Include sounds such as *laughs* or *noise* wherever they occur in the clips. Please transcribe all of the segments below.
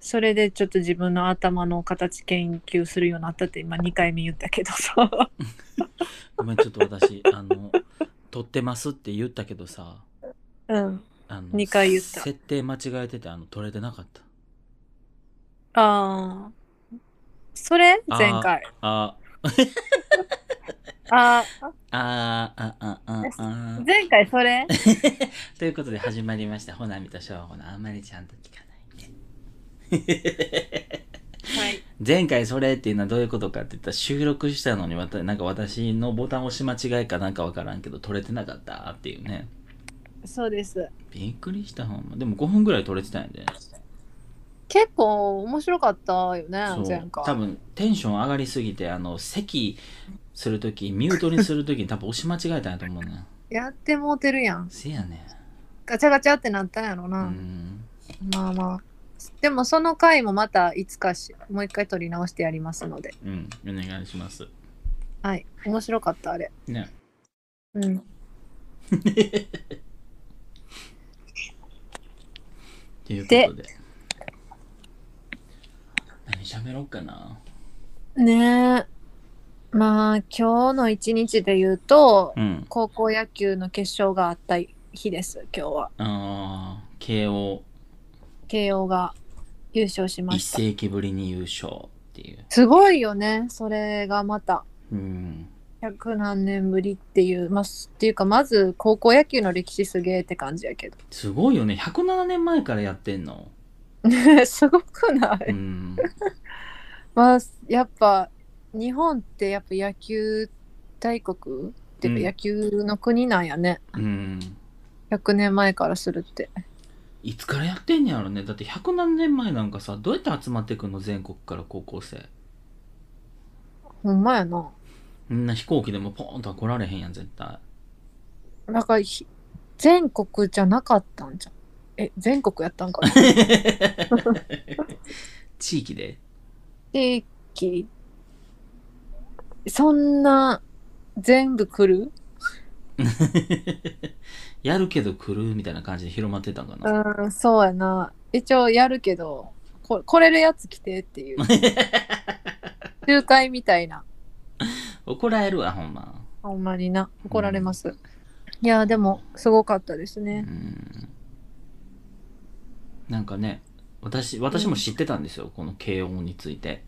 それでちょっと自分の頭の形研究するようになったって今2回目言ったけどさごめん、ちょっと私、あの、 *laughs* 撮ってますって言ったけどさ、うんあの、二回言った設定間違えてて、あの、撮れてなかった。ああそれあー前回ああー、あー、あー、あー、あーー。前回そ *laughs* れということで始まりました、ほなみとしょうほのあんまりちゃんと聞かないね。はい前回それっていうのはどういうことかって言ったら収録したのにわたなんか私のボタン押し間違いかなんかわからんけど撮れてなかったっていうねそうですびっくりしたほんまでも5分ぐらい撮れてたんやで結構面白かったよねそう前回多分テンション上がりすぎてあの席するときミュートにするときに多分押し間違えたんやと思うねんやってもうてるやんせやねガチャガチャってなったんやろんうな、んまあまあでもその回もまたいつかしもう一回撮り直してやりますのでうんお願いしますはい面白かったあれねうんということで何喋ろうかなねえまあ今日の一日で言うとうん高校野球の決勝があった日です今日はあー慶応慶応が優勝しま一した世紀ぶりに優勝っていうすごいよねそれがまたうん100何年ぶりっていうまあすっていうかまず高校野球の歴史すげえって感じやけど *laughs* すごいよね107年前からやってんのねえすごくない、うんまあやっぱ日本ってやっぱ野球大国っていうかうん野球の国なんやね、うん100年前からするっていつからやってんねやろねだって100何年前なんかさどうやって集まってくんの全国から高校生ほんまやなみんな飛行機でもポーンとは来られへんやん絶対なんかひ全国じゃなかったんじゃんえ全国やったんか *laughs* な地域で *laughs* 地域そんな全部来るやるけど来るみたいな感じで広まってたんかな、うんそうやな一応やるけどこ来れるやつ来てって *laughs* いう集会みたいな怒られるわほんまほんまにな怒られます、いやでもすごかったですうねんなんかね私私も知ってたんですよ、この慶応について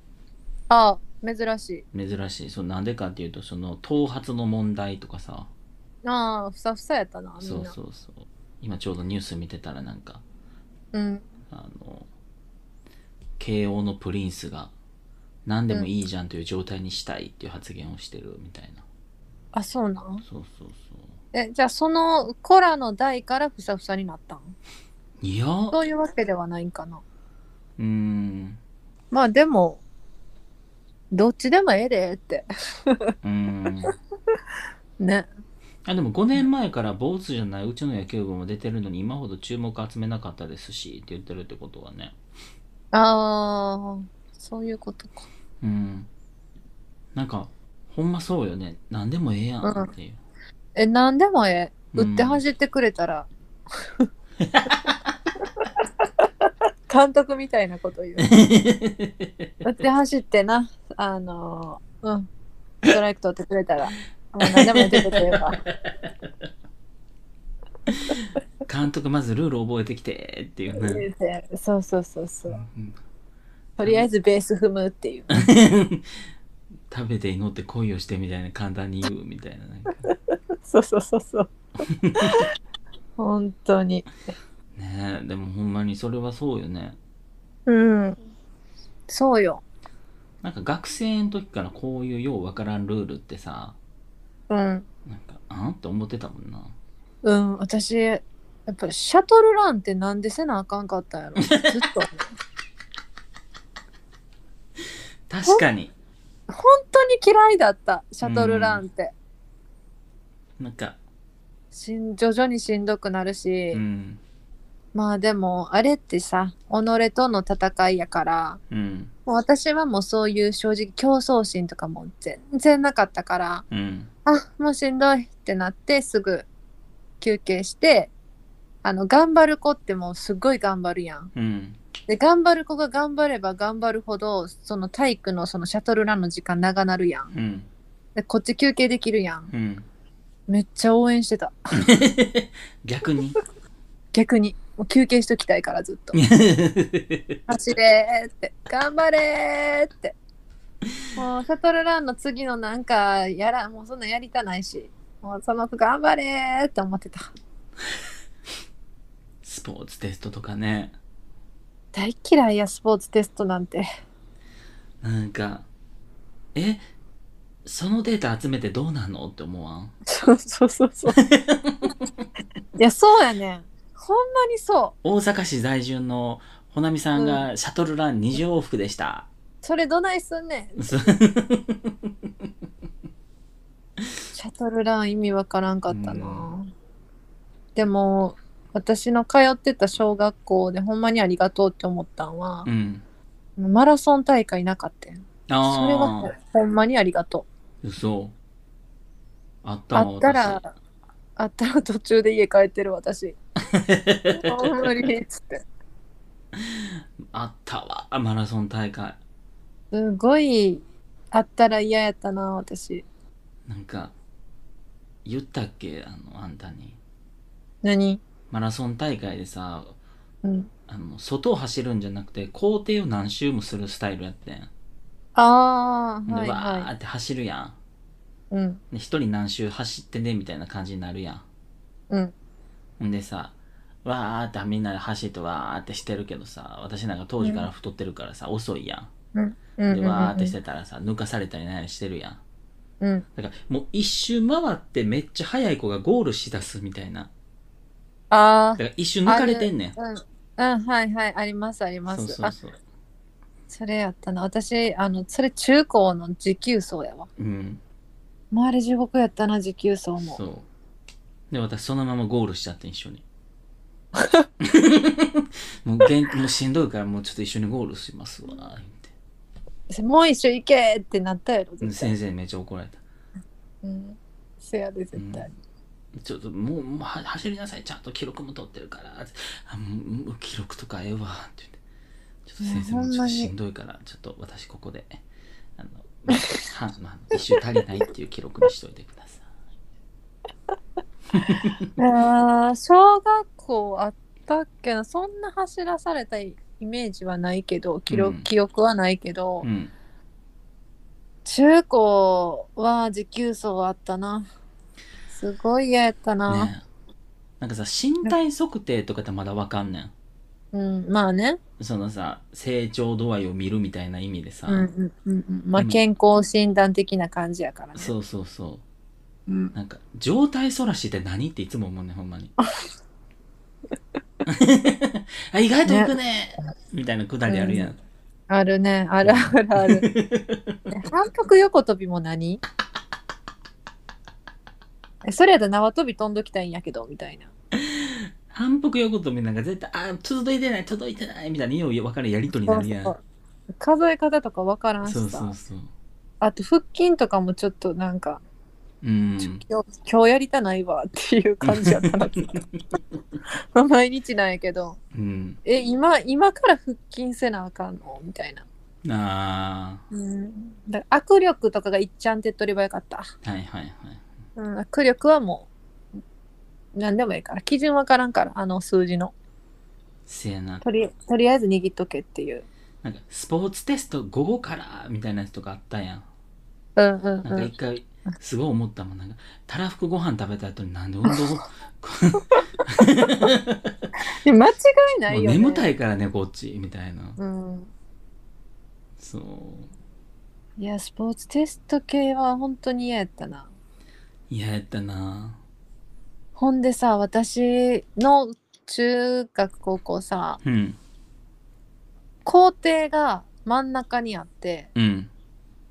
ああ珍しい珍しいそうなんでかっていうとその頭髪の問題とかさああふさふさやったなみそんうなそうそう今ちょうどニュース見てたらなんかうんあの慶応のプリンスが何でもいいじゃんという状態にしたいっていう発言をしてるみたいな、あそうなんそうそうそうえじゃあその子らの代からふさふさになったんいや *laughs* そうういうわけではないんかなーんまあでもどっちでもええでってうーんねあでも5年前から坊主じゃないうちの野球部も出てるのに今ほど注目集めなかったですしって言ってるってことはねああそういうことかうんなんかほんまそうよね何でもええやんっていう、え何でもええうん打って走ってくれたら、監督みたいなこと *laughs* 言う打って走ってなあのーうんストライク取ってくれたらもう何でも打ってくれれば *laughs* 監督まずルール覚えてきてっていうね、そうそうそうそううんとりあえずベース踏むっていう *laughs* 食べて祈って恋をしてみたいな簡単に言うみたいななんかそうそうそうそう *laughs* 本当にねえでもほんまにそれはそうよねうんそうよなんか学生の時からこういうようわからんルールってさうんなんかあんって思ってたもんなうん私やっぱりシャトルランってなんでせなあかんかったん *laughs* やろずっと確かに本当に嫌いだったシャトルランって、なんかしん徐々にしんどくなるし、うんまあでもあれってさ己との戦いやからうんもう私はもうそういう正直競争心とかも全然なかったからうんあもうしんどいってなってすぐ休憩してあの頑張る子ってもうすっごい頑張るやんうんで頑張る子が頑張れば頑張るほどその体育のそのシャトルランの時間長なるやんうんでこっち休憩できるやんうん *laughs* めっちゃ応援してた逆に *laughs* 逆にもう休憩しときたいからずっと走れーって頑張れーってもうシャトルランの次のなんかやらもうそんなんやりたないしもうその子頑張れーって思ってたスポーツテストとかね大嫌いやスポーツテストなんてなんかえそのデータ集めてどうなんのって思わんそうそうそうそういやそうやねんほんまにそ大阪市在住のほなみさんがシャトルラン20往復 *laughs* でした、うそれどないすんねんそうシャトルラン意味わからんかったな、うでも私の通ってた小学校でほんまにありがとうって思ったんはう、んマラソン大会なかったよああそれはほんまにありがと嘘あっうたあわったらあったら途中で家帰ってる *laughs* 私ほんまにっつって私あったわマラソン大会すごいあったら嫌やったな私なんか言ったっけあのあんたに何マラソン大会でさうんあの外を走るんじゃなくて校庭を何周もするスタイルやってんああで、はいわーはって走るやんいうんで一人何周走ってねみたいな感じになるやんうんほんでさわーってみんなで走ってわーってしてるけどさ私なんか当時から太ってるからさ、遅いやうんんでうんわーってしてたらさ抜かされたりなんやりしてるやんうんだからもう一周回ってめっちゃ速い子がゴールしだすみたいなあだから一周抜かれてんねんあうんうんはいはいありますありますそうそうそうあそれやったな私あのそれ中高の持久走やわうん周り地獄やったな持久走もそうで私そのままゴールしちゃって一 *laughs* 緒にもうげんもうしんどいからもうちょっと一緒にゴールしますわ言ってもう一緒行けってなったやろで絶対先生にめっちゃ怒られた、うんせやでう絶ん対、ちょっともうもうは走りなさいちゃんと記録も取ってるからあもうもう記録とかええわって言ってちょっと先い生やもほんまにちょっとしんどいからちょっと私ここであの、まあ、はまあ一周足りないっていう記録にしといてくださあー小学校あったっけなそんな走らされたイメージはないけど記録、うん記憶はないけど、いうん中高は持久走はあったなすごい嫌やったな、ねえなんかさ身体測定とかってまだわかんねんうんまあねそのさ成長度合いを見るみたいな意味でさ、うんうんうんうんまあでも健康診断的な感じやからね、そうそうそうんう、なんか状態そらしって何っていつも思うねんほんま *laughs* にあ意外といくねみたいなくだりあるやん、あるねあるあるあ *laughs* るね反復横跳びも何えそれやったら縄跳び飛んどきたいんやけどみたいな反復横跳びなんか絶対あ届いてない届いてないみたいなよう分かるやりとりになるやんそそううそう数え方とかわからんしさそうそうあと腹筋とかもちょっとなんかうん今日今日やりたないわっていう感じやったな *laughs* まあ毎日なんやけどうんえ今今から腹筋せなあかんのみたいな、あうん、だから握力とかがいっちゃん手っ取り早かった、ーはいはいはいうん、握力はもう何でもいいから基準わからんからあの数字のせやなとりとりあえず握っとけっていうなんかスポーツテスト午後からみたいなやつとかあったやんうんうんなうんかん一回すごい思ったもんなんかたらふくご飯食べた後になんで運動もで間違いなういよ、ね、眠たいからねこっちみたいなうんそういやスポーツテスト系は本当に嫌やったな嫌やったなほんでさ私の中学高校さうん校庭が真ん中にあってうん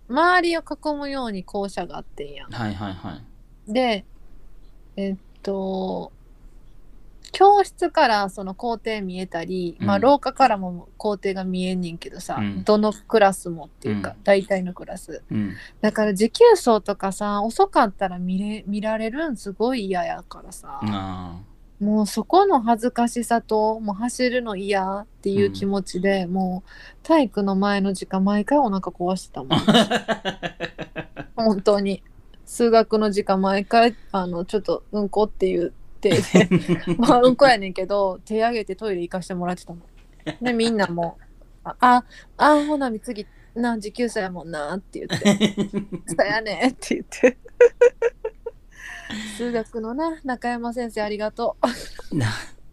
周りを囲むように校舎があってんやんはいはいはいでえっと教室からその校庭見えたり、うんまあ、廊下からも校庭が見えんねんけどさ、うんどのクラスもっていうか、う大体のクラスうんだから持久走とかさ遅かったら見れ見られるんすごい嫌やからさ、あもうそこの恥ずかしさともう走るの嫌っていう気持ちで、もう体育の前の時間毎回お腹壊してたもん本当に数学の時間毎回あのちょっとうんこっていう手で *laughs* まあうんこやねんけど手挙げてトイレ行かしてもらってたのでみんなも「あああほなみ次な時給差やもんな」って言 *laughs* ってそうやねんって言って。数学のな中山先生ありがとう。な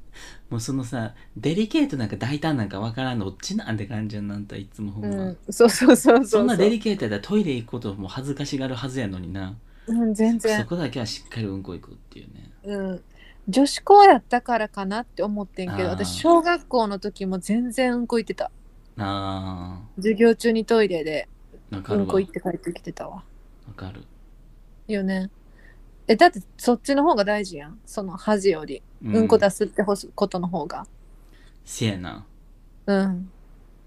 *laughs* もうそのさデリケートなんか大胆なんかわからんのどっちなんって感じになんたいつもほんうま、ん、そうそうそうそうそんなデう。リケートやったらトイレ行くことも恥ずかしがるはずやのになうん、全そ然、こだけはしっかりうんこ行くっていうねうん。女子校やったからかなって思ってんけど、あー私小学校の時も全然うんこ行ってた。あ授業中にトイレでーわかうるんわこわ行って帰ってきてたわ。かる、よね。え、だってそっちの方が大事やん。その恥より、ううんこ出すってほすことの方が。せやなうん。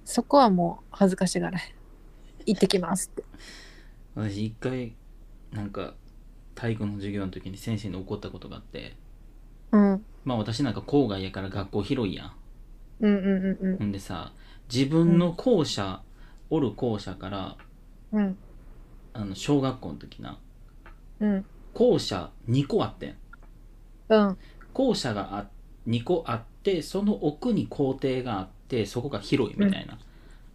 そこはもう恥ずかしがらへん。行ってきますって。私一回なんか体育の授業の時に先生に怒ったことがあってうん。まあ私なんか郊外やから学校広いやんうんうんうんほんでさ自分の校舎、おる校舎からうん。うんあの小学校の時なうん校舎2個あってんうん校舎があ2個あってその奥に校庭があってそこが広いみたいな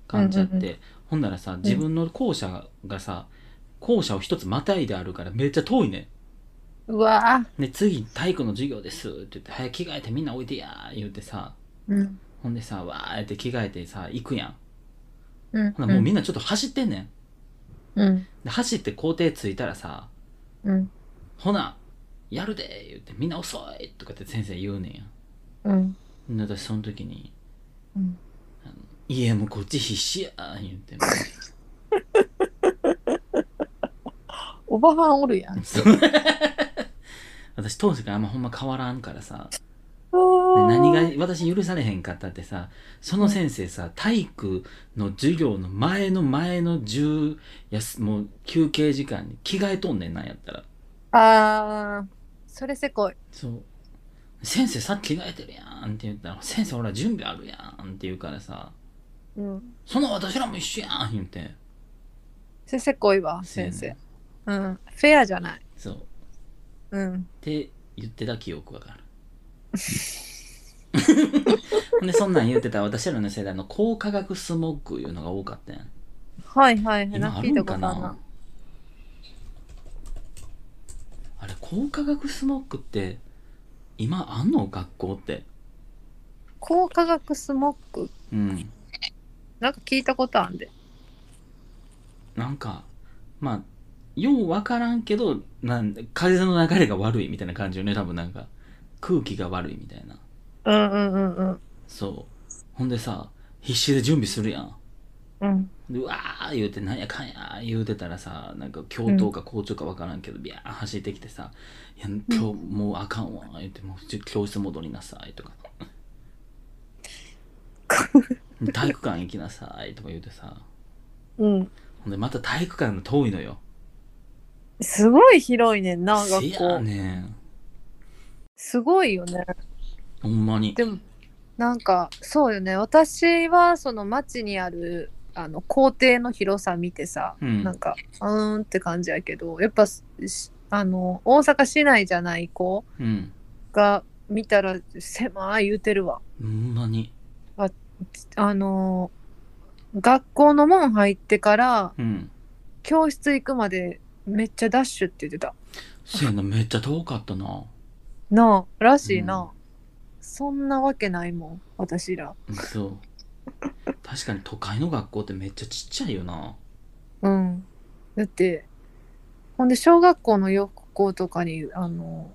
感じあって、うんうんほんならさ自分の校舎がさ校舎を一つまたいであるからめっちゃ遠いねうわんで次体育の授業ですって言って早く着替えてみんなおいでやー言うてさーうんほんでさわーって着替えてさ行くやんうんほんならもうみんなちょっと走ってんねん、うんで走って校庭着いたらさうんほなやるでー言ってみんな遅いとかって先生言うねんやうんで私その時にうん「いやもうこっち必死や」言ってもおばはんおるやん。そう *laughs* 私当時からあんまほんま変わらんからさで何が私許されへんかったってさその先生さ体育の授業の前の前の10やすもう休憩時間に着替えとんねんなんやったらあーそれせこい。そう先生さっき着替えてるやんって言ったら先生ほら準備あるやんって言うからさうん。その私らも一緒やん言うてそれせこいわ、先せ生やね。うん。フェアじゃない。そうっうん。て言ってた記憶わかる *laughs* ほんでそんなん言ってた私らの世代の高化学スモッグいうのが多かったやんはいはい。今あ聞るいたんこかとなあるなあれ高化学スモッグって今あんの学校って高化学スモック。うんなんか聞いたことあんで。なんかまあよう分からんけどなん風の流れが悪いみたいな感じよね多分なんか空気が悪いみたいなうんうんうんうん。そうほんでさ必死で準備するやんうん。でうわー言うてなんやかんや言うてたらさなんか教頭か校長か分からんけど、ビャー走ってきてさ「いや今日もうあかんわ」言って「もうちょ教室戻りなさい」とか「体育館行きなさい」とか言うてさ *laughs* うん。ほんでまた体育館の遠いのよすごい広いねんな、せ学や校。ねんすごいよね。ほんまにでもなんかそうよね私はその町にあるあの校庭の広さ見てさ、うんなんかうーんって感じやけどやっぱしあの大阪市内じゃない子うんが見たら狭い言うてるわほんまにあの学校の門入ってからうん教室行くまでめっちゃダッシュって言ってたせやなめっちゃ遠かったななあらしいな、うんそんなわけないもん私らそう確かに都会の学校ってめっちゃちっちゃいよなうん。だって、ほんで、小学校の予校とかに、あの、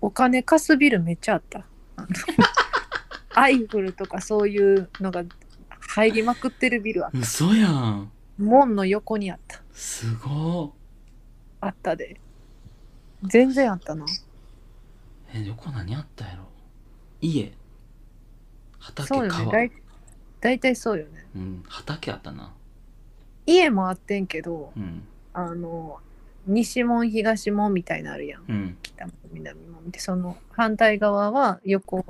お金貸すビルめっちゃあった。あの *laughs* アイフルとかそういうのが入りまくってるビルは、嘘やん門の横にあった。すごーあったで。全然あったな。え横何あったやろ家畑そうよね。川だい大体そうよね。うん、畑あったな家もあってんけど、うんあの、西門東門みたいなのあるやんうん北も南もでその反対側は横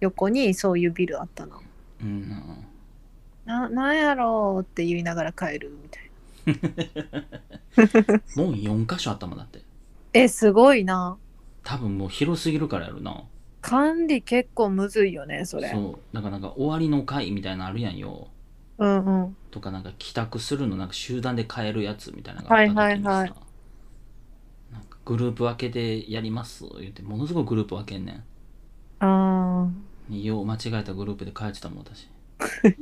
横にそういうビルあったなうんなあななんやろうって言いながら帰るみたいな門4箇所あったもんだってえすごいな多分もう広すぎるからやろな管理結構むずいよねそれそうだからなんか終わりの会みたいなのあるやんようんうんとかなんか帰宅するのなんか集団で帰るやつみたいなのがあった時にさ、はいはいはいなんかグループ分けでやります言ってものすごいグループ分けんねあーんよう間違えたグループで帰ってたもん私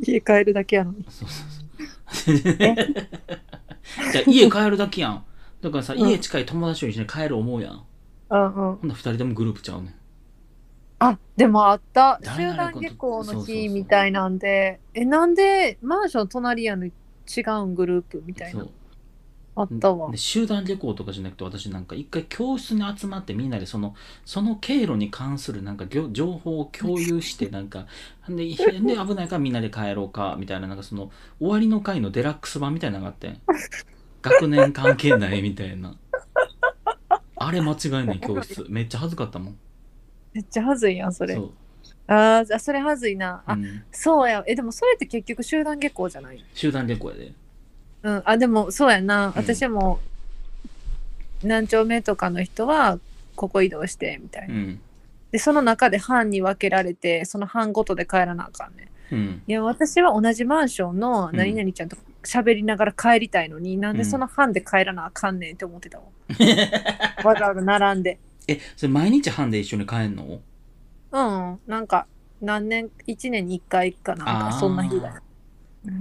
家帰るだけやのにそうそうそう *laughs* じゃあ家帰るだけやんだからさ、うん家近い友達と一緒に帰る思うやんほうんうんんな二人でもグループちゃうねんあでもあった誰集々団君と下校そうのそうそう日みたいなんでえなんでマンション隣やのに違うんグループみたいそなうあったわで集団旅行とかじゃなくて私なんか一回教室に集まってみんなでそのその経路に関するなんかぎょ情報を共有してなんか *laughs* でで危ないからみんなで帰ろうかみたいななんかその終わりの会のデラックス版みたいなのがあって学年関係ないみたいなあれ間違いない教室めっちゃ恥ずかったもんめっちゃはずいやんそれそう、あーじゃあそれはずいなあ、うん、そうやえでもそれって結局集団下校じゃない集団旅行やでうんあでもそうやな私も何丁目とかの人はここ移動してみたいうな、んでその中で班に分けられてその班ごとで帰らなあかんねうんいや私は同じマンションの何々ちゃんと喋りながら帰りたいのに、なんでその班で帰らなあかんねんって思って *laughs* たわ、わざわざ並んでえそれ毎日班で一緒に帰んのうんなんか何年1年に1回かなんあかーそんな日だ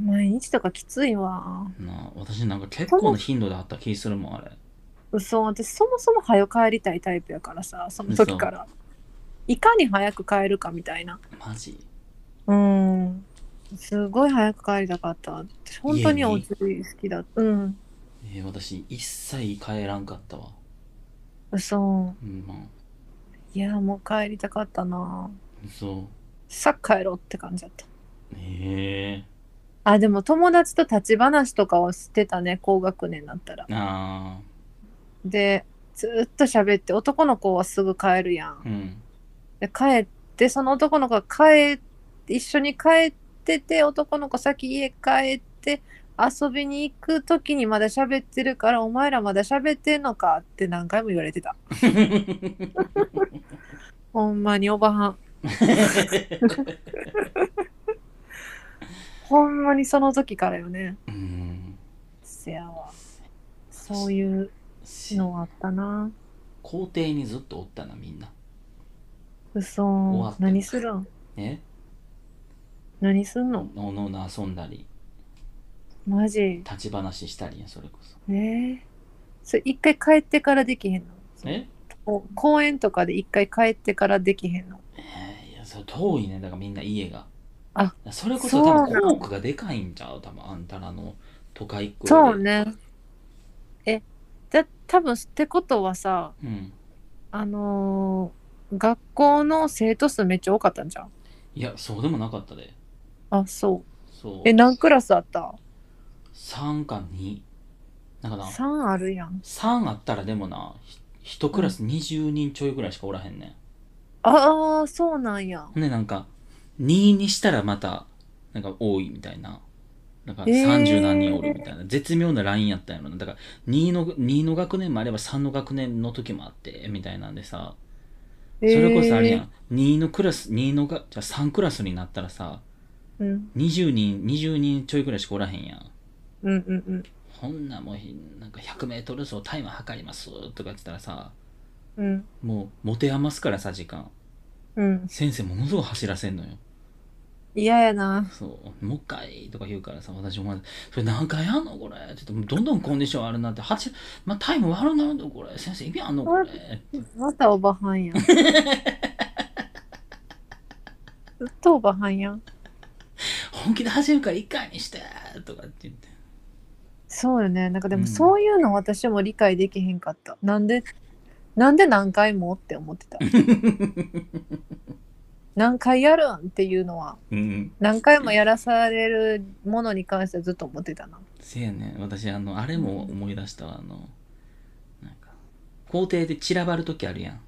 毎日とかきついわなあ私なんか結構な頻度であった気するもんあれ嘘私そもそも早く帰りたいタイプやからさその時からいかに早く帰るかみたいなマジうんすごい早く帰りたかった私本当に家にお釣り好きだうんえー私一切帰らんかったわ嘘うんまあいやもう帰りたかったなそうさっ帰ろうって感じだったえあでも友達と立ち話とかをしてたね高学年になったらー、あでずーっと喋って男の子はすぐ帰るやんーうんで帰ってその男の子が帰一緒に帰ってて男の子先家帰って遊びに行く時にまだ喋ってるからお前らまだ喋ってんのかって何回も言われてたほんまにおばはんほんまにその時からよねうんせやわそういうのあったな校庭にずっとおったなみんなわ嘘って何するんね何すんのおのおの遊んだりマジ立ち話したりやそれこそねえそれ一回帰ってからできへんのえこう公園とかで一回帰ってからできへんのえーいやそれ遠いねだからみんな家があそれこそそうな多ん分校区がでかいんちゃう多分あんたらの都会っ子よそりうねえだ多分ってことはさうんあのー学校の生徒数めっちゃ多かったんじゃんいやそうでもなかったであそうそうえ何クラスあった3か2だから ?3 あるやん3あったらでもなひ1クラス20人ちょいぐらいしかおらへんねああそうなんやんほんでなんか2にしたらまたなんか多いみたいななんかえー30何人おるみたいな、絶妙なラインやったんやろなだから2の2の学年もあれば3の学年の時もあってみたいなんでさそそれこそあれやん、2のクラス2のがじゃあ3クラスになったらさうん20人20人ちょいぐらいしかおらへんやんうんうんうんほんなもうひなんか 100m 走タイム測りますとか言ってたらさうんもう持て余すからさ時間うん先生ものすごい走らせんのよ嫌やなそうもう一回とか言うからさ私思わずそれ何回やんのこれちょっともうどんどんコンディションあるなって8、まあ、タイム悪なるのこれ先生意味あんのこれまたおばはんや *laughs* んずっとおばはんやん本気で走るから一回にしてとかって言ってそうよねなんかでうもんそういうの私も理解できへんかった、なんでなんで何回もって思って *laughs* た何回やるんっていうのはうん何回もやらされるものに関してはずっと思ってたなせやねん私あのあれも思い出したわあの校庭で散らばる時あるやん。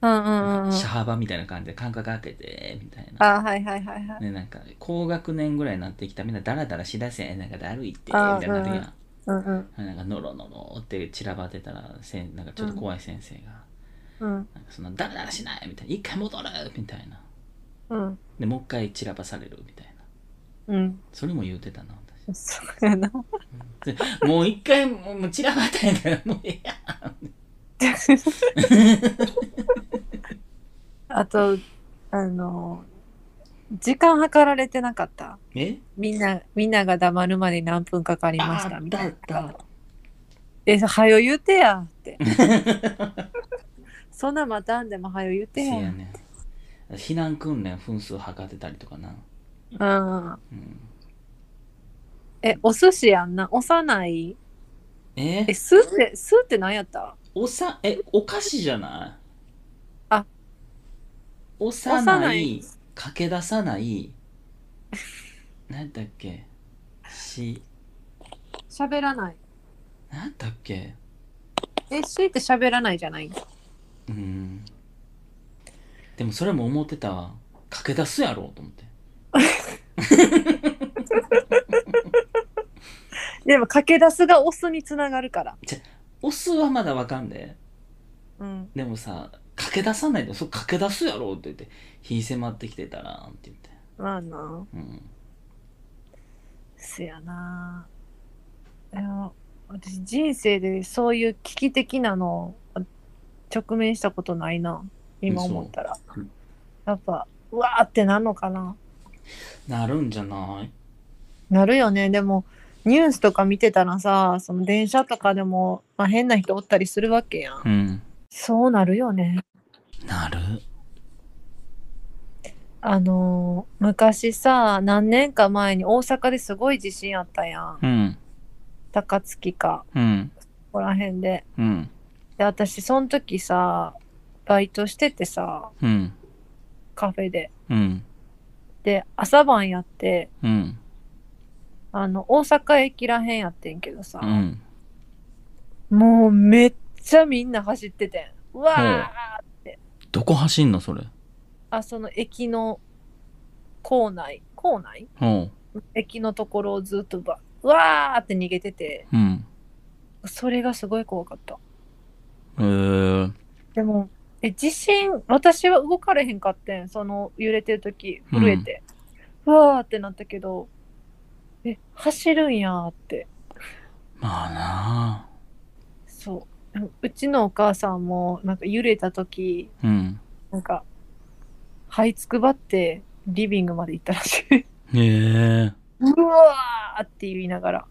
うんうんうんうん。シャーバみたいな感じで間隔開けて、みたいな。あーはいはいはいはい。ね、なんか、高学年ぐらいになってきたみんなダラダラしだせ、なんかだるいって、みあーたいになってるやん。うんうんなんかノロノロって散らばってたらせんなんかちょっと怖い先生が、うんなんかそんなダラダラしないみたいな一回戻るみたいなうんでもう一回散らばされるみたいなうん。それも言うてたなそうやな。*laughs* 私でもう一回もうもう散らばったんやからもうええやあと、あの、時間計られてなかった。んえみんな、みんなが黙るまで何分かかりまあしたっみたたあいっなた。え、はよ言うてやって。 *laughs* そんなまたんでもはよ言うてせや。やねん避難訓練分数測ってたりとかな、うん。うん、え、お寿司やんな。幼い。ええ、酢って、酢って何やったおさえお菓子じゃないあおさ幼ないい駆け出さない何だっけし喋らない。何だっけえ、酢って喋らないじゃないうんでもそれも思ってたわ駆け出すやろうと思ってでも駆け出すがオスにつながるから。オスはまだわかんでうん。でもさ駆け出さないとそう駆け出すやろうって言って火迫ってきてたらって言ってまあな。うんすやな。でも私人生でそういう危機的なのを直面したことないな。今思ったらそううん。やっぱ、うわーってなんのかな。なるんじゃないなるよね。でも、ニュースとか見てたらさ、その電車とかでも、まあ、変な人おったりするわけやん。うんそうなるよね。なるあのー昔さ、何年か前に大阪ですごい地震あったやん。うん高槻か、うんここら辺で。うんで、私、その時さ、バイトしててさ、うんカフェで。うんで、朝晩やって、うんあの、大阪駅らへんやってんけどさ、うんもうめっちゃみんな走っててん。うわーどこ走んのそれあ、その駅の構内、構内おう駅のところをずっとば、うわーって逃げてて、うんそれがすごい怖かった。えー、でも、え、地震、私は動かれへんかってん、その揺れてる時、震えて。うわーってなったけど、え、走るんやーって。まあなあそう。ううちのお母さんも、なんか揺れた時、うんなんか、這いつくばって、リビングまで行ったらしい。ええ *laughs* ーうわーって言いながら。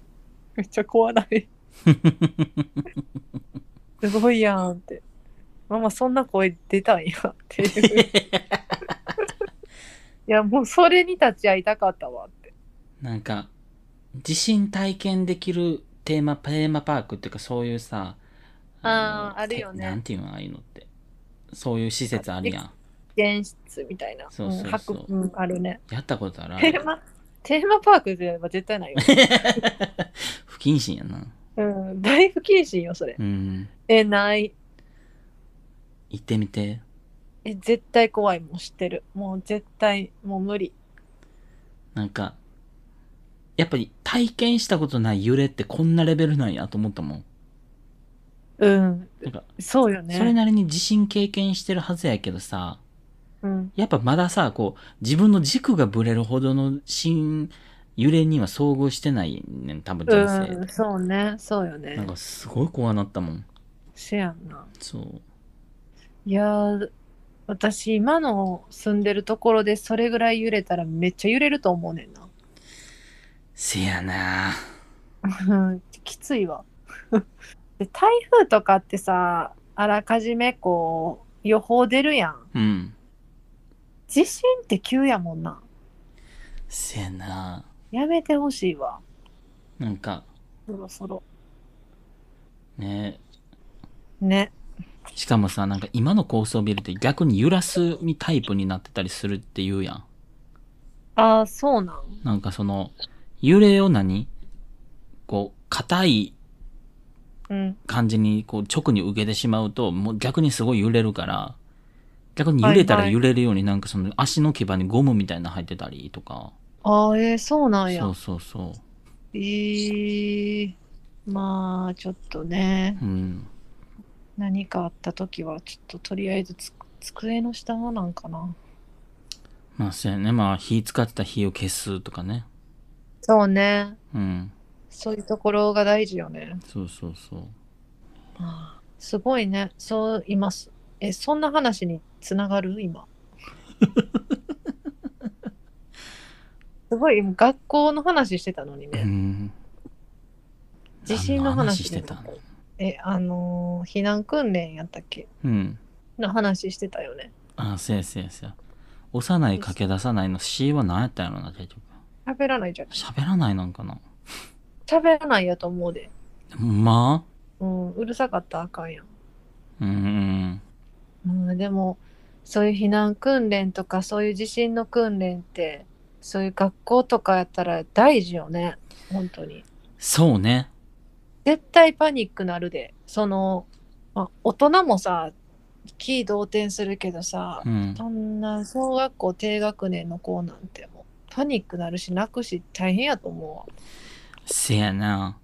*laughs* めっちゃ怖ない。すごいやんって。ママそんな声出たんやって *laughs* いう。いやもうそれに立ち会いたかったわって。なんか、地震体験できるテーマ、テーマパークっていうかそういうさ、あーのあるよねてなんていうのああいうのって。そういう施設あるやん。現室みたいな。そうそうそうん白うんあるね。やったことあるあテれーマ、テーマパークでやれば絶対ないよ。 *laughs* 不謹慎やな。うん、大不謹慎よ、それう。ん。え、ない。行ってみて。え、絶対怖い。もう知ってる。もう絶対、もう無理。なんか、やっぱり体験したことない揺れってこんなレベルなんやと思ったもん。うん。なんか、そうよね。それなりに地震経験してるはずやけどさ、うん。やっぱまださ、こう、自分の軸がぶれるほどの新揺れには遭遇してないねん、多分人生。うん、そうね、そうよねなん。かすごい怖なったもん。せやんな。そう。いやー、私今の住んでるところでそれぐらい揺れたらめっちゃ揺れると思うねんな。せやなうんきついわ。 *laughs* で台風とかってさ、あらかじめこう予報出るやん。うん。地震って急やもんな。せやなやめてほしいわ。なんか、そろそろ。ねね。しかもさ、なんか今の高層ビルって逆に揺らすタイプになってたりするって言うやん。ああ、そうなん。なんかその、揺れを何こう、硬いうん。感じにこう直に受けてしまうと、もう逆にすごい揺れるから、逆に揺れたはらいはい揺れるようになんかその足の牙にゴムみたいなの入ってたりとか、ああ、えー、そうなんやそ。うそうそえー、まあ、ちょっとね、う。うん。何かあったときは、ちょっととりあえずつ机の下なんかな。まあそうやね。まあ火使ってた火を消すとかね。そうね。うん。そういうところが大事よね。そうそうそう。ああすごいね。そう、います。え、そんな話につながる *laughs* 今。すごい、今学校の話してたのにうね。ん。地震の話何してたのえ、あのー避難訓練やったっけうん。の話してたよね。あ、そうやそうやそうや。幼い駆け出さないの C は何やったんやろな、結局。喋らないじゃん。喋らないなんかな。喋らないやと思うで。まうん、うるさかったらあかんやん。あうんうん。うん、でも、そういう避難訓練とか、そういう地震の訓練って、そういう学校とかやったら大事よね。本当に。そうね。絶対パニックなるでその、まあ、大人もさ気動転するけどさ、うん。そんな小学校低学年の子なんてもうパニックなるし泣くし大変やと思うわせやな。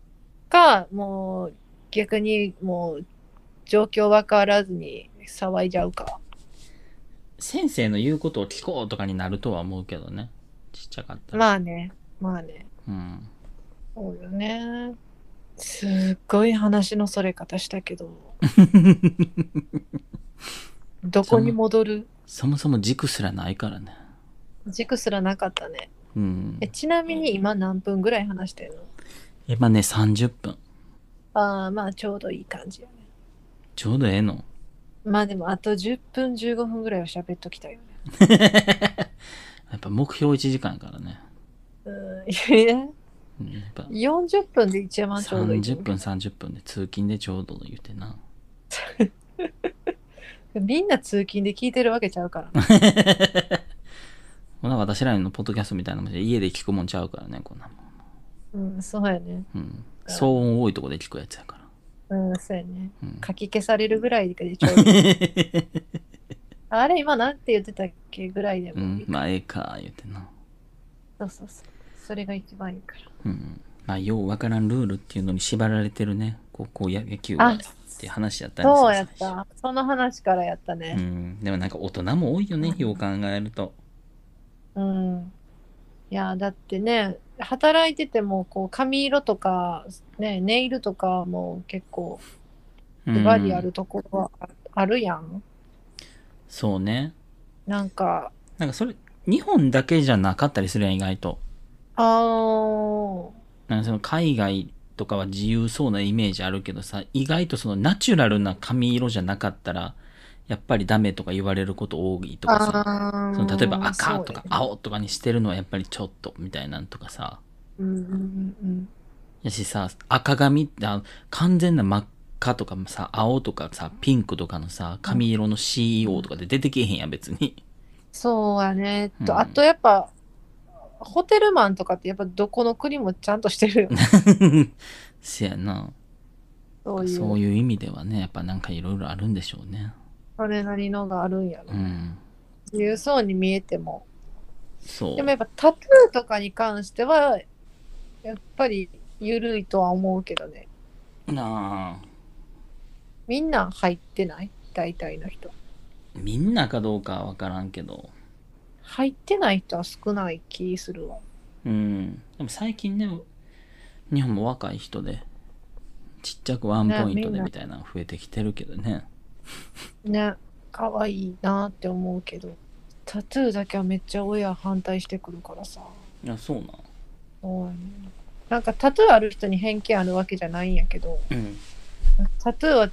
かもう逆にもう状況分からずに騒いじゃうか先生の言うことを聞こうとかになるとは思うけどね。ちっちゃかったら。まあねまあねうん。そうよねすっごい話のそれ方したけどどこに戻るそもそも軸すらないからね。軸すらなかったねうんえ。ちなみに今何分ぐらい話してるの今ね、30分。ああまあちょうどいい感じやねちょうどええの。 *laughs* まあでもあと10分15分ぐらいは喋っときたいよねやっぱ目標1時間やからね。うんいやうん、やっぱ40分で一番ちょうどいいと30思う分30分で通勤でちょうど言ってな。みんな通勤で聞いてるわけちゃうからな *laughs* ほな私らのポッドキャストみたいなもんで家で聞くもんちゃうからね、こんなもん。うんそうやねうん。騒音多いとこで聞くやつやから。うんそうやねうん。書き消されるぐらいでちょう *laughs* どいいあれ今なんて言ってたっけぐらいで *laughs* うもいんい、、まあええか、言ってな。そうそうそうそれが一番いいからうん。まあようわからんルールっていうのに縛られてるね、高校や野球はあって話やったんですよそうやっ最初たその話からやったうねん。でもなんか大人も多いよね、よう考えると。うんいやだってね働いててもこう髪色とか、ね、ネイルとかも結構うん縛りあるところはああるやん、そうね。なんかなんかそれ、日本だけじゃなかったりするやん、意外と。あーなんかその海外とかは自由そうなイメージあるけどさ、意外とそのナチュラルな髪色じゃなかったら、やっぱりダメとか言われること多いとかさ、あーその例えば赤とかそうやね青とかにしてるのはやっぱりちょっとみたいなんとかさ、うんうんうんやしさ、赤髪ってあの完全な真っ赤とかもさ、青とかさ、ピンクとかのさ、髪色の CEO とかで出てけえへんやん、別に。 *laughs* そうやね、うんとあとやっぱホテルマンとかってやっぱどこの国もちゃんとしてるよねせやな。 *laughs* そういうそういう意味ではね、やっぱなんかいろいろあるんでしょうね。それなりのがあるんやろ、うん。自由そうに見えてもそう。でもやっぱタトゥーとかに関してはやっぱり緩いとは思うけどねなあ。みんな入ってない大体の人みんなかどうかは分からんけど、入ってない人は少ない気するわうん、でも最近ね日本も若い人でちっちゃくワンポインねトみんでなみたいなの増えてきてるけどねね可愛いなって思うけどタトゥーだけはめっちゃ親反対してくるからさいやそうそうやねなんかタトゥーある人に偏見あるわけじゃないんやけどなんうんタトゥーは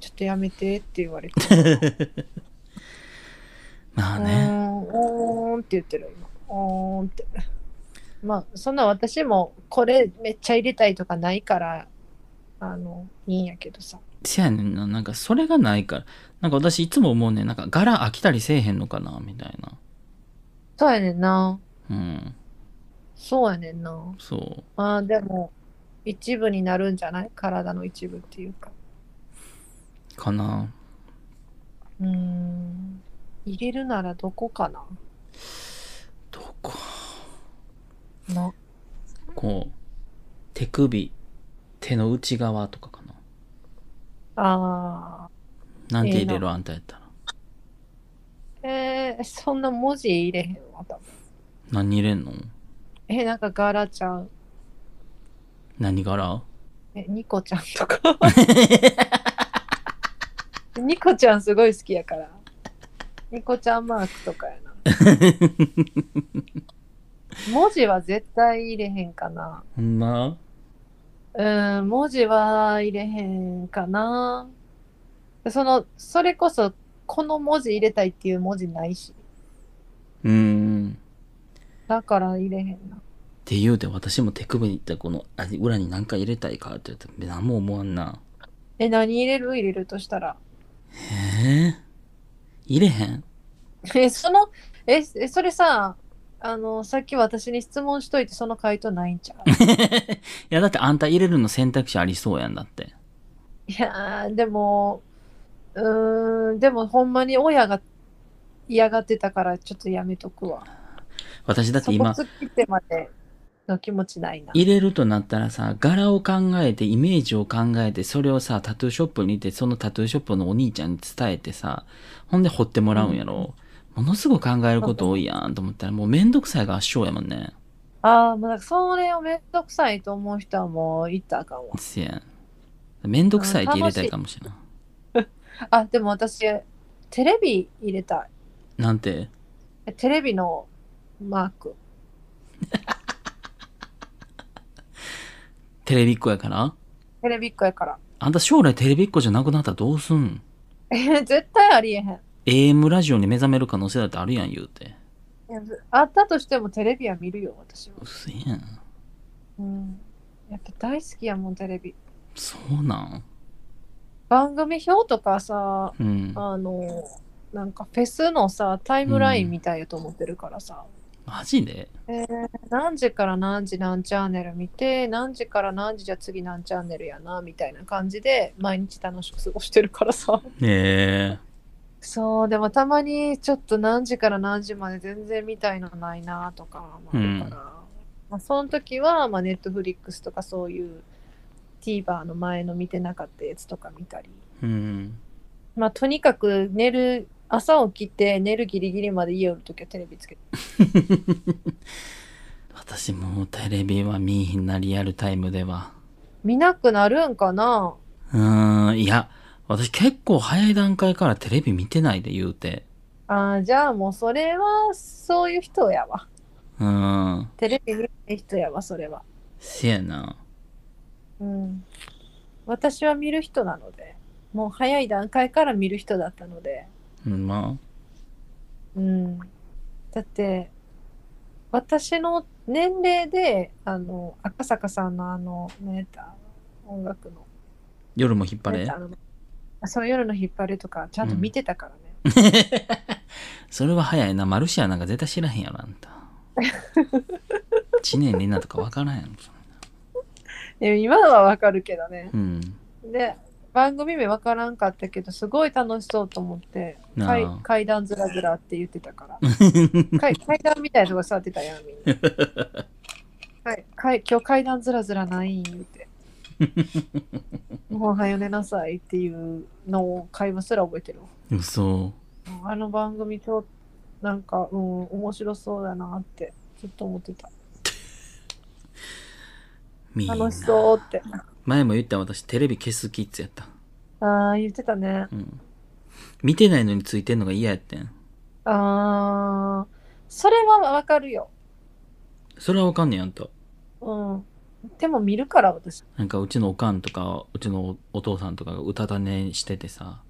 ちょっとやめてって言われてまあうーねんおーんって言ってる今おーんってまあそんな私もこれめっちゃ入れたいとかないからあのいいんやけどさせやねんななんかそれがないからなんか私いつも思うねんなんか柄飽きたりせえへんのかなみたいなそうやねんなうんそうやねんなそうまあでも一部になるんじゃない体の一部っていうか。かなうーん。入れるならどこかなどこなこう手首手の内側とかかなあなんて入れええるあんたやったー。らえー、そんな文字入れへんわ、多分何入れんのえー、なんか柄ちゃん。何柄え、ニコちゃんとか。ニコちゃんすごい好きやから。ニコちゃんマークとかやな。文字は絶対入れへんかな。ほんまうーん、文字は入れへんかな。その、それこそ、この文字入れたいっていう文字ないし。うーんだから入れへんな。って言うて私も手首に行ったらこのあ裏に何か入れたいかって言ったら何も思わんなえ、何入れる入れるとしたら。へえ入れへん *laughs* え、その、え、えそれさ、あの、さっき私に質問しといて、その回答ないん *laughs* ちゃういやだってあんた入れるの選択肢ありそうやんだっていやー、でも、うーん、でもほんまに親が嫌がってたから、ちょっとやめとくわ。私だってそこ今突っ切ってまでの気持ちないな。入れるとなったらさ柄を考えてイメージを考えてそれをさタトゥーショップに行ってそのタトゥーショップのお兄ちゃんに伝えてさほんで彫ってもらうんやろ、ものすごい考えること多いやんと思ったらもうめんどくさいが圧勝やもんねああ、もうなんかそれをめんどくさいと思う人はもう言ったらあか *laughs* んわ。せやんめんどくさいって入れたいかもしれないあ、でも私、テレビ入れたなんてい。テレビのマーク。テレビっ子やからテレビっ子やから。 *laughs* あんた将来テレビっ子じゃなくなったらどうすんえ、絶対ありえへんい AM ラジオに目覚める可能性だってあるやん言うてや。あったとしてもテレビは見るよ、私はう。っせえやんうん。やっぱ大好きやもん、テレビ。そうなん番組表とかさ、うんあの、なんかフェスのさ、タイムラインみたいやと思ってるからさ。マジでえー何時から何時何チャンネル見て何時から何時じゃ次何チャンネルやなみたいな感じで毎日楽しく過ごしてるからさねえそうでもたまにちょっと何時から何時まで全然見たいのないなとかもあるから、うんまあ、その時はまあネットフリックスとかそういう TVer の前の見てなかったやつとか見たりうんまあとにかく寝る朝起きて寝るギリギリまで家おる時はテレビつけて私もうテレビは見いひんなリアルタイムでは見なくなるんかなうーんいや私結構早い段階からテレビ見てないで言うてああ、じゃあもうそれはそういう人やわ。うーんテレビ見る人やわ、それは。せやなうん。私は見る人なので、もう早い段階から見る人だったので、うんまうん。だって、私の年齢で、あの、赤坂さんのあの、何やった音楽の、あ夜も引っ張何やっれたあのあその夜の引っ張りとか、ちゃんと見てたからね。それは早いなマルシアなんか絶対知らへんやろあんた知念里奈とかわからんやろで今のはわかるけどね。うんで、番組名わからんかったけど、すごい楽しそうと思って、な階あ階段ずらずらって言ってたから。 *laughs* 階階段みたいなとこ座ってたやん、みんな。はい、かい今日階段ずらずらないん言 *laughs* って。もうおはよう寝なさいっていうのを会話すら覚えてるわ。嘘うんあの番組今日なんか、うん、面白そうだなってずっと思ってた。みんな楽しそうって。前も言った私テレビ消すキッズやった、ああ、言ってたね。うん、見てないのについてんのが嫌やってんああ、それはわかるよ。それはわかんねえやんとうん。でも見るから私。なんかうちのおかんとかうちのお父さんとかがうたた寝しててさ、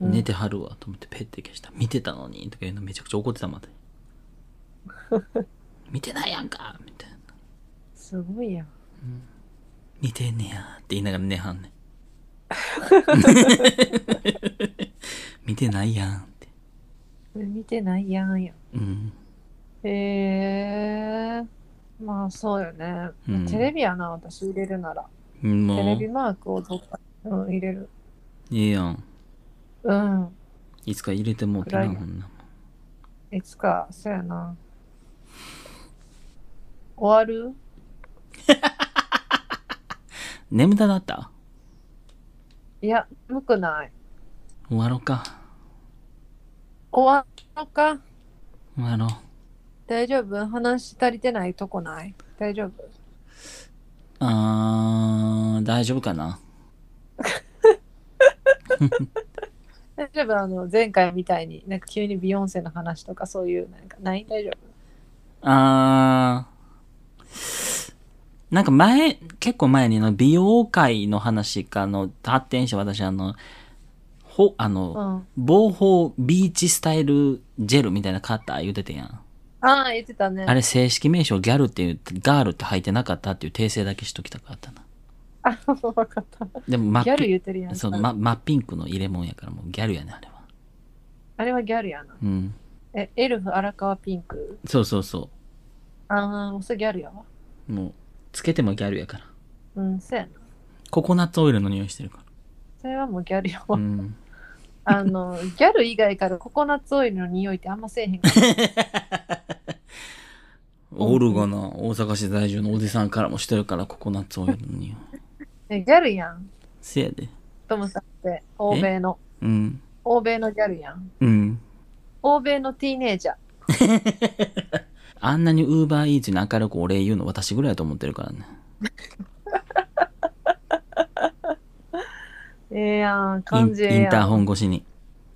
うん寝てはるわと思ってペッて消した見てたのにとか言うのめちゃくちゃ怒って *laughs* たまで見てないやんかみたいなすごいやん。見てんねやって言いながら寝 *laughs* はんねん見てないやんって見てないやんやん。うんへえ。まあそうよね。うんテレビやな、私入れるなら。もテレビうマークをどっか、うん、入れる。いいやんうん。いつか入れてもうてな暗いほんないつか、そうやな。終わる眠たなったいや、むくない。終わろうか終わろうか終わろう大丈夫話足りてないとこない大丈夫あー大丈夫かな大丈夫あの、前回みたいに、なんか急にビヨンセの話とかそういう、なんかない大丈夫あーなんか前結構前にあの美容界の話かの発展して私あのほあの、うん。防法ビーチスタイルジェルみたいなの買った言うててんやん。ああ、言ってたね。あれ正式名称ギャルっていう、ガールって履いてなかったっていう訂正だけしときたかったな。あ、 *laughs* 分かった。でも真っギャルピン言ってるやん。そう、ま、真っピンクの入れ物やからもうギャルやね、あれは。あれはギャルやな。うん。え、エルフ荒川ピンク。そうそうそああ、それギャルやわ。う。もう、つけてもギャルやから。うん、そうやな。ココナッツオイルの匂いしてるかそれはもうギャルやら。わ。うん。あの、ギャル以外からココナッツオイルの匂いってあんませえへ *laughs* んから。オルゴの大阪市在住のおじさんからもしてるから、ココナッツオイルの匂い。えギャルやん。せやで。トムさんって、欧米の。うん。欧米のギャルやん。うん。欧米のティーネイジャー。あんなにウーバーイーツに明るくお礼言うの私ぐらいだと思ってるからね。ええやん、イン感じええインやん。ターホン越しに。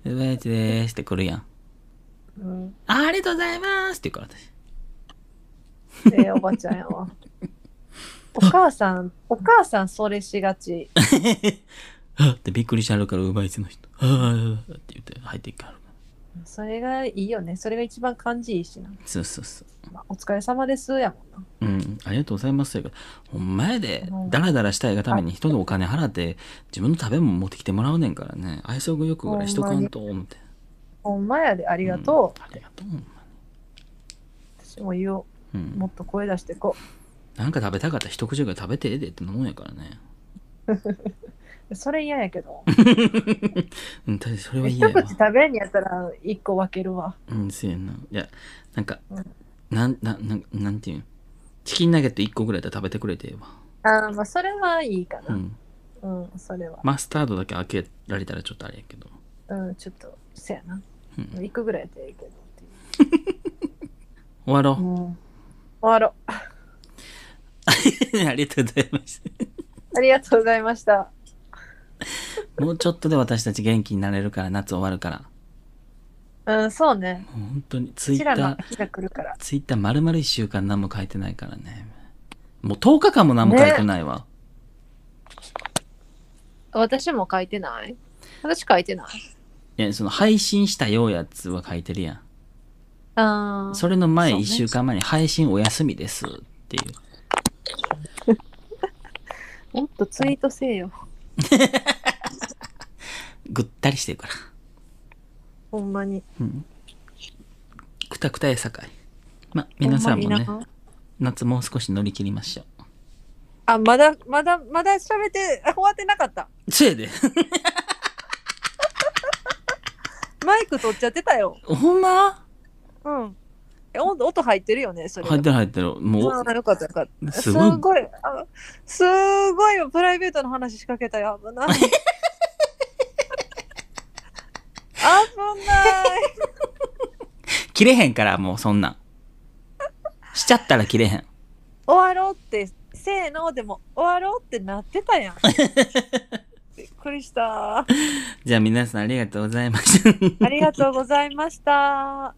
ウーバーイーツでーすって来るやん。うん、ありがとうございますって言うから私。ええおばちゃんやわ。 *laughs* お母さん、お母さんそれしがち。 *laughs* はっってびっくりしてはるから、ウーバーイーツの人。はぁはぁって言って入っていくから。それがいいよね。それが一番感じいいしな。そうそうそう。まあお疲れ様ですやもんな。うん、ありがとうございますやけど。ほんまやでう、んダラダラしたいがために人のお金払って、自分の食べ物持ってきてもらうねんからね。愛想よくぐらいしとかんと思って。ほんまやで、あありがとう。ありがとうほんま私も言おに。う。うもんっ。と声出してこなんか食べたかったら一口ぐらい食べてええでってもんやからね。う。それ嫌やけど。うん、確かにそれは嫌一 *laughs* やわ口。食べんやったら一個分けるわ。うん、そうやな。いや、なんかう、なん、なん、なんなんていうんチキンナゲット1個ぐらいだったら食べてくれてええわ。ああ、まあそれはいいかうな。ん。うん、それは。マスタードだけ開けられたらちょっとあれやけど。うん、ちょっと、せやな。うん。終一個ぐらいやったらいいけどっていう。わろうう。ん。終わろう。 *laughs* ありがとうございます。ありがとうございました。もうちょっとで私たち元気になれるから、夏終わるから。もうん、そうね。う本当に、ツうイちッらタのー、秋が来るから。ツイッター丸々1週間何も書いてないからね。もう10日間も何も書いてないわ。私も書いてない私書いてない。いや、その配信したようやつは書いてるやあん。あ。それの前、そうね1週間前に配信お休みですっていう。もっとツイートせえよ。ぐったりしてるから。ほんまに。うん。くたくたやさかい。ま、皆さんもねほ、まにな夏もう少し乗り切りましょあ、まだ、まだ、まだ喋って、あ終わってなかった。う。せやで。マイク取っちゃってたよ。ほんまうん。え、音音入ってるよね、それ。入ってる入ってる。もあう、ーよかったよかった。すすごいごい、あすごいプライベートの話しかけたよ。危ない。危ない。切れへんから、もうそんなん。しちゃったら切れへん。終わろうって、せーのでも終わろうってなってたやん。びっくりした。じゃあ皆さんありがとうございました。ありがとうございました。